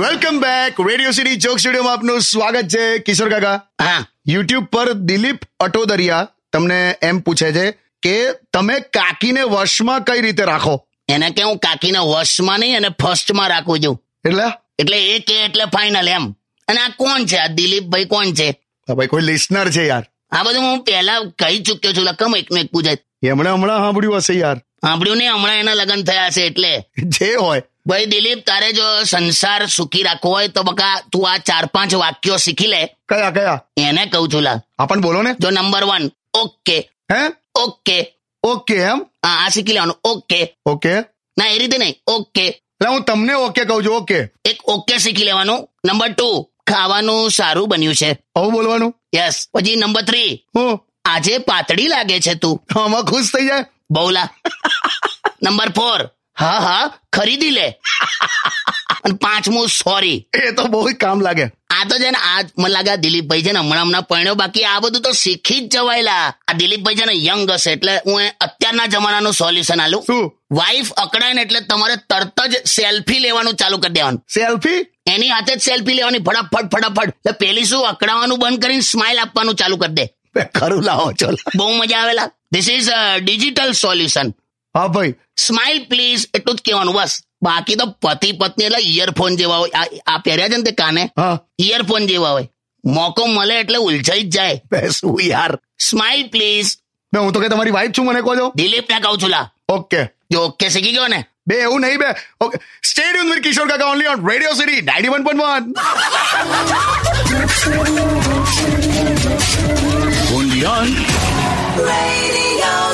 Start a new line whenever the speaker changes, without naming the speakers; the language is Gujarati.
welcome back radio city joke સ્ટુડિયોમાં આપનું સ્વાગત છે કિશોર કાકા
હા
યુટ્યુબ પર દિલીપ અટોદરિયા તમને એમ પૂછે છે કે તમે કાકીને વશમાં કઈ રીતે રાખો
એને કે હું કાકીને વશમાં નહીં અને ફર્સ્ટમાં રાખું છું
એટલે
એટલે એ કે એટલે ફાઇનલ એમ અને આ કોણ છે આ દિલીપભાઈ કોણ છે
આ ભાઈ કોઈ લિસનર છે યાર
આ બધું હું પહેલા કહી ચૂક્યો છું લકમ એકનું એક પૂછે
એમણે હમણાં સાંભળ્યું હશે યાર
સાંભળ્યું નહીં હમણાં એના લગ્ન થયા છે એટલે
જે હોય
ભાઈ દિલીપ તારે જો સંસાર સુખી રાખવો હોય તો બકા તું આ ચાર પાંચ વાક્યો શીખી લે
કયા કયા
એને કહું છું લા
આપણ બોલો ને
જો નંબર વન ઓકે
હે
ઓકે
ઓકે એમ
હા આ શીખી લેવાનું ઓકે
ઓકે એટલે
ના એ રીતે નહીં ઓકે
હું તમને ઓકે કહું છું ઓકે
એક ઓકે શીખી લેવાનું નંબર ટુ ખાવાનું સારું બન્યું છે
આવું બોલવાનું
યસ પછી નંબર થ્રી
હું
આજે પાતળી લાગે છે તું
આમાં ખુશ થઈ જાય
બહુલા નંબર ફોર હા હા ખરીદી લે અને પાંચમું સોરી
એ તો બહુ જ કામ લાગે
આ તો છે ને આ જ મને લાગે આ દિલીપભાઈ છે ને હમણાં હમણાં પરણ્યો બાકી આ બધું તો શીખી જ જવાયેલા આ દિલીપભાઈ છે ને યંગ હશે એટલે હું એ અત્યારના જમાનાનું સોલ્યુશન આલું
શું
વાઈફ અકળાય ને એટલે તમારે તરત જ સેલ્ફી લેવાનું ચાલુ કરી દેવાનું
સેલ્ફી
એની હાથે જ સેલ્ફી લેવાની ફટાફટ ફટાફટ એટલે પેલી શું અકળાવાનું બંધ કરીને સ્માઇલ આપવાનું ચાલુ કરી દે
ખરું લાવો ચલો
બહુ મજા આવેલા ધીસ ઇઝ ડિજિટલ સોલ્યુશન
હા ભાઈ
સ્માઇલ પ્લીઝ એટલું જ કહેવાનું બસ બાકી તો પતિ પત્ની એટલે ઇયરફોન જેવા હોય આ- આ પહેર્યા છે ને તે કાને
હા
ઇયરફોન જેવા હોય મોકો મળે એટલે ઉલઝાઈ જ જાય
બે શું યાર
સ્માઇલ પ્લીઝ
બે હું તો કે તમારી વાઈફ છું મને કહો છો
દિલીપ ને કહું છું લા
ઓકે
જો ઓકે શીખી ગયો ને
બે એવું નહીં બે ઓકે સ્ટેડિયમ વિથ કિશોર કાકા only on radio city ninety one
Radio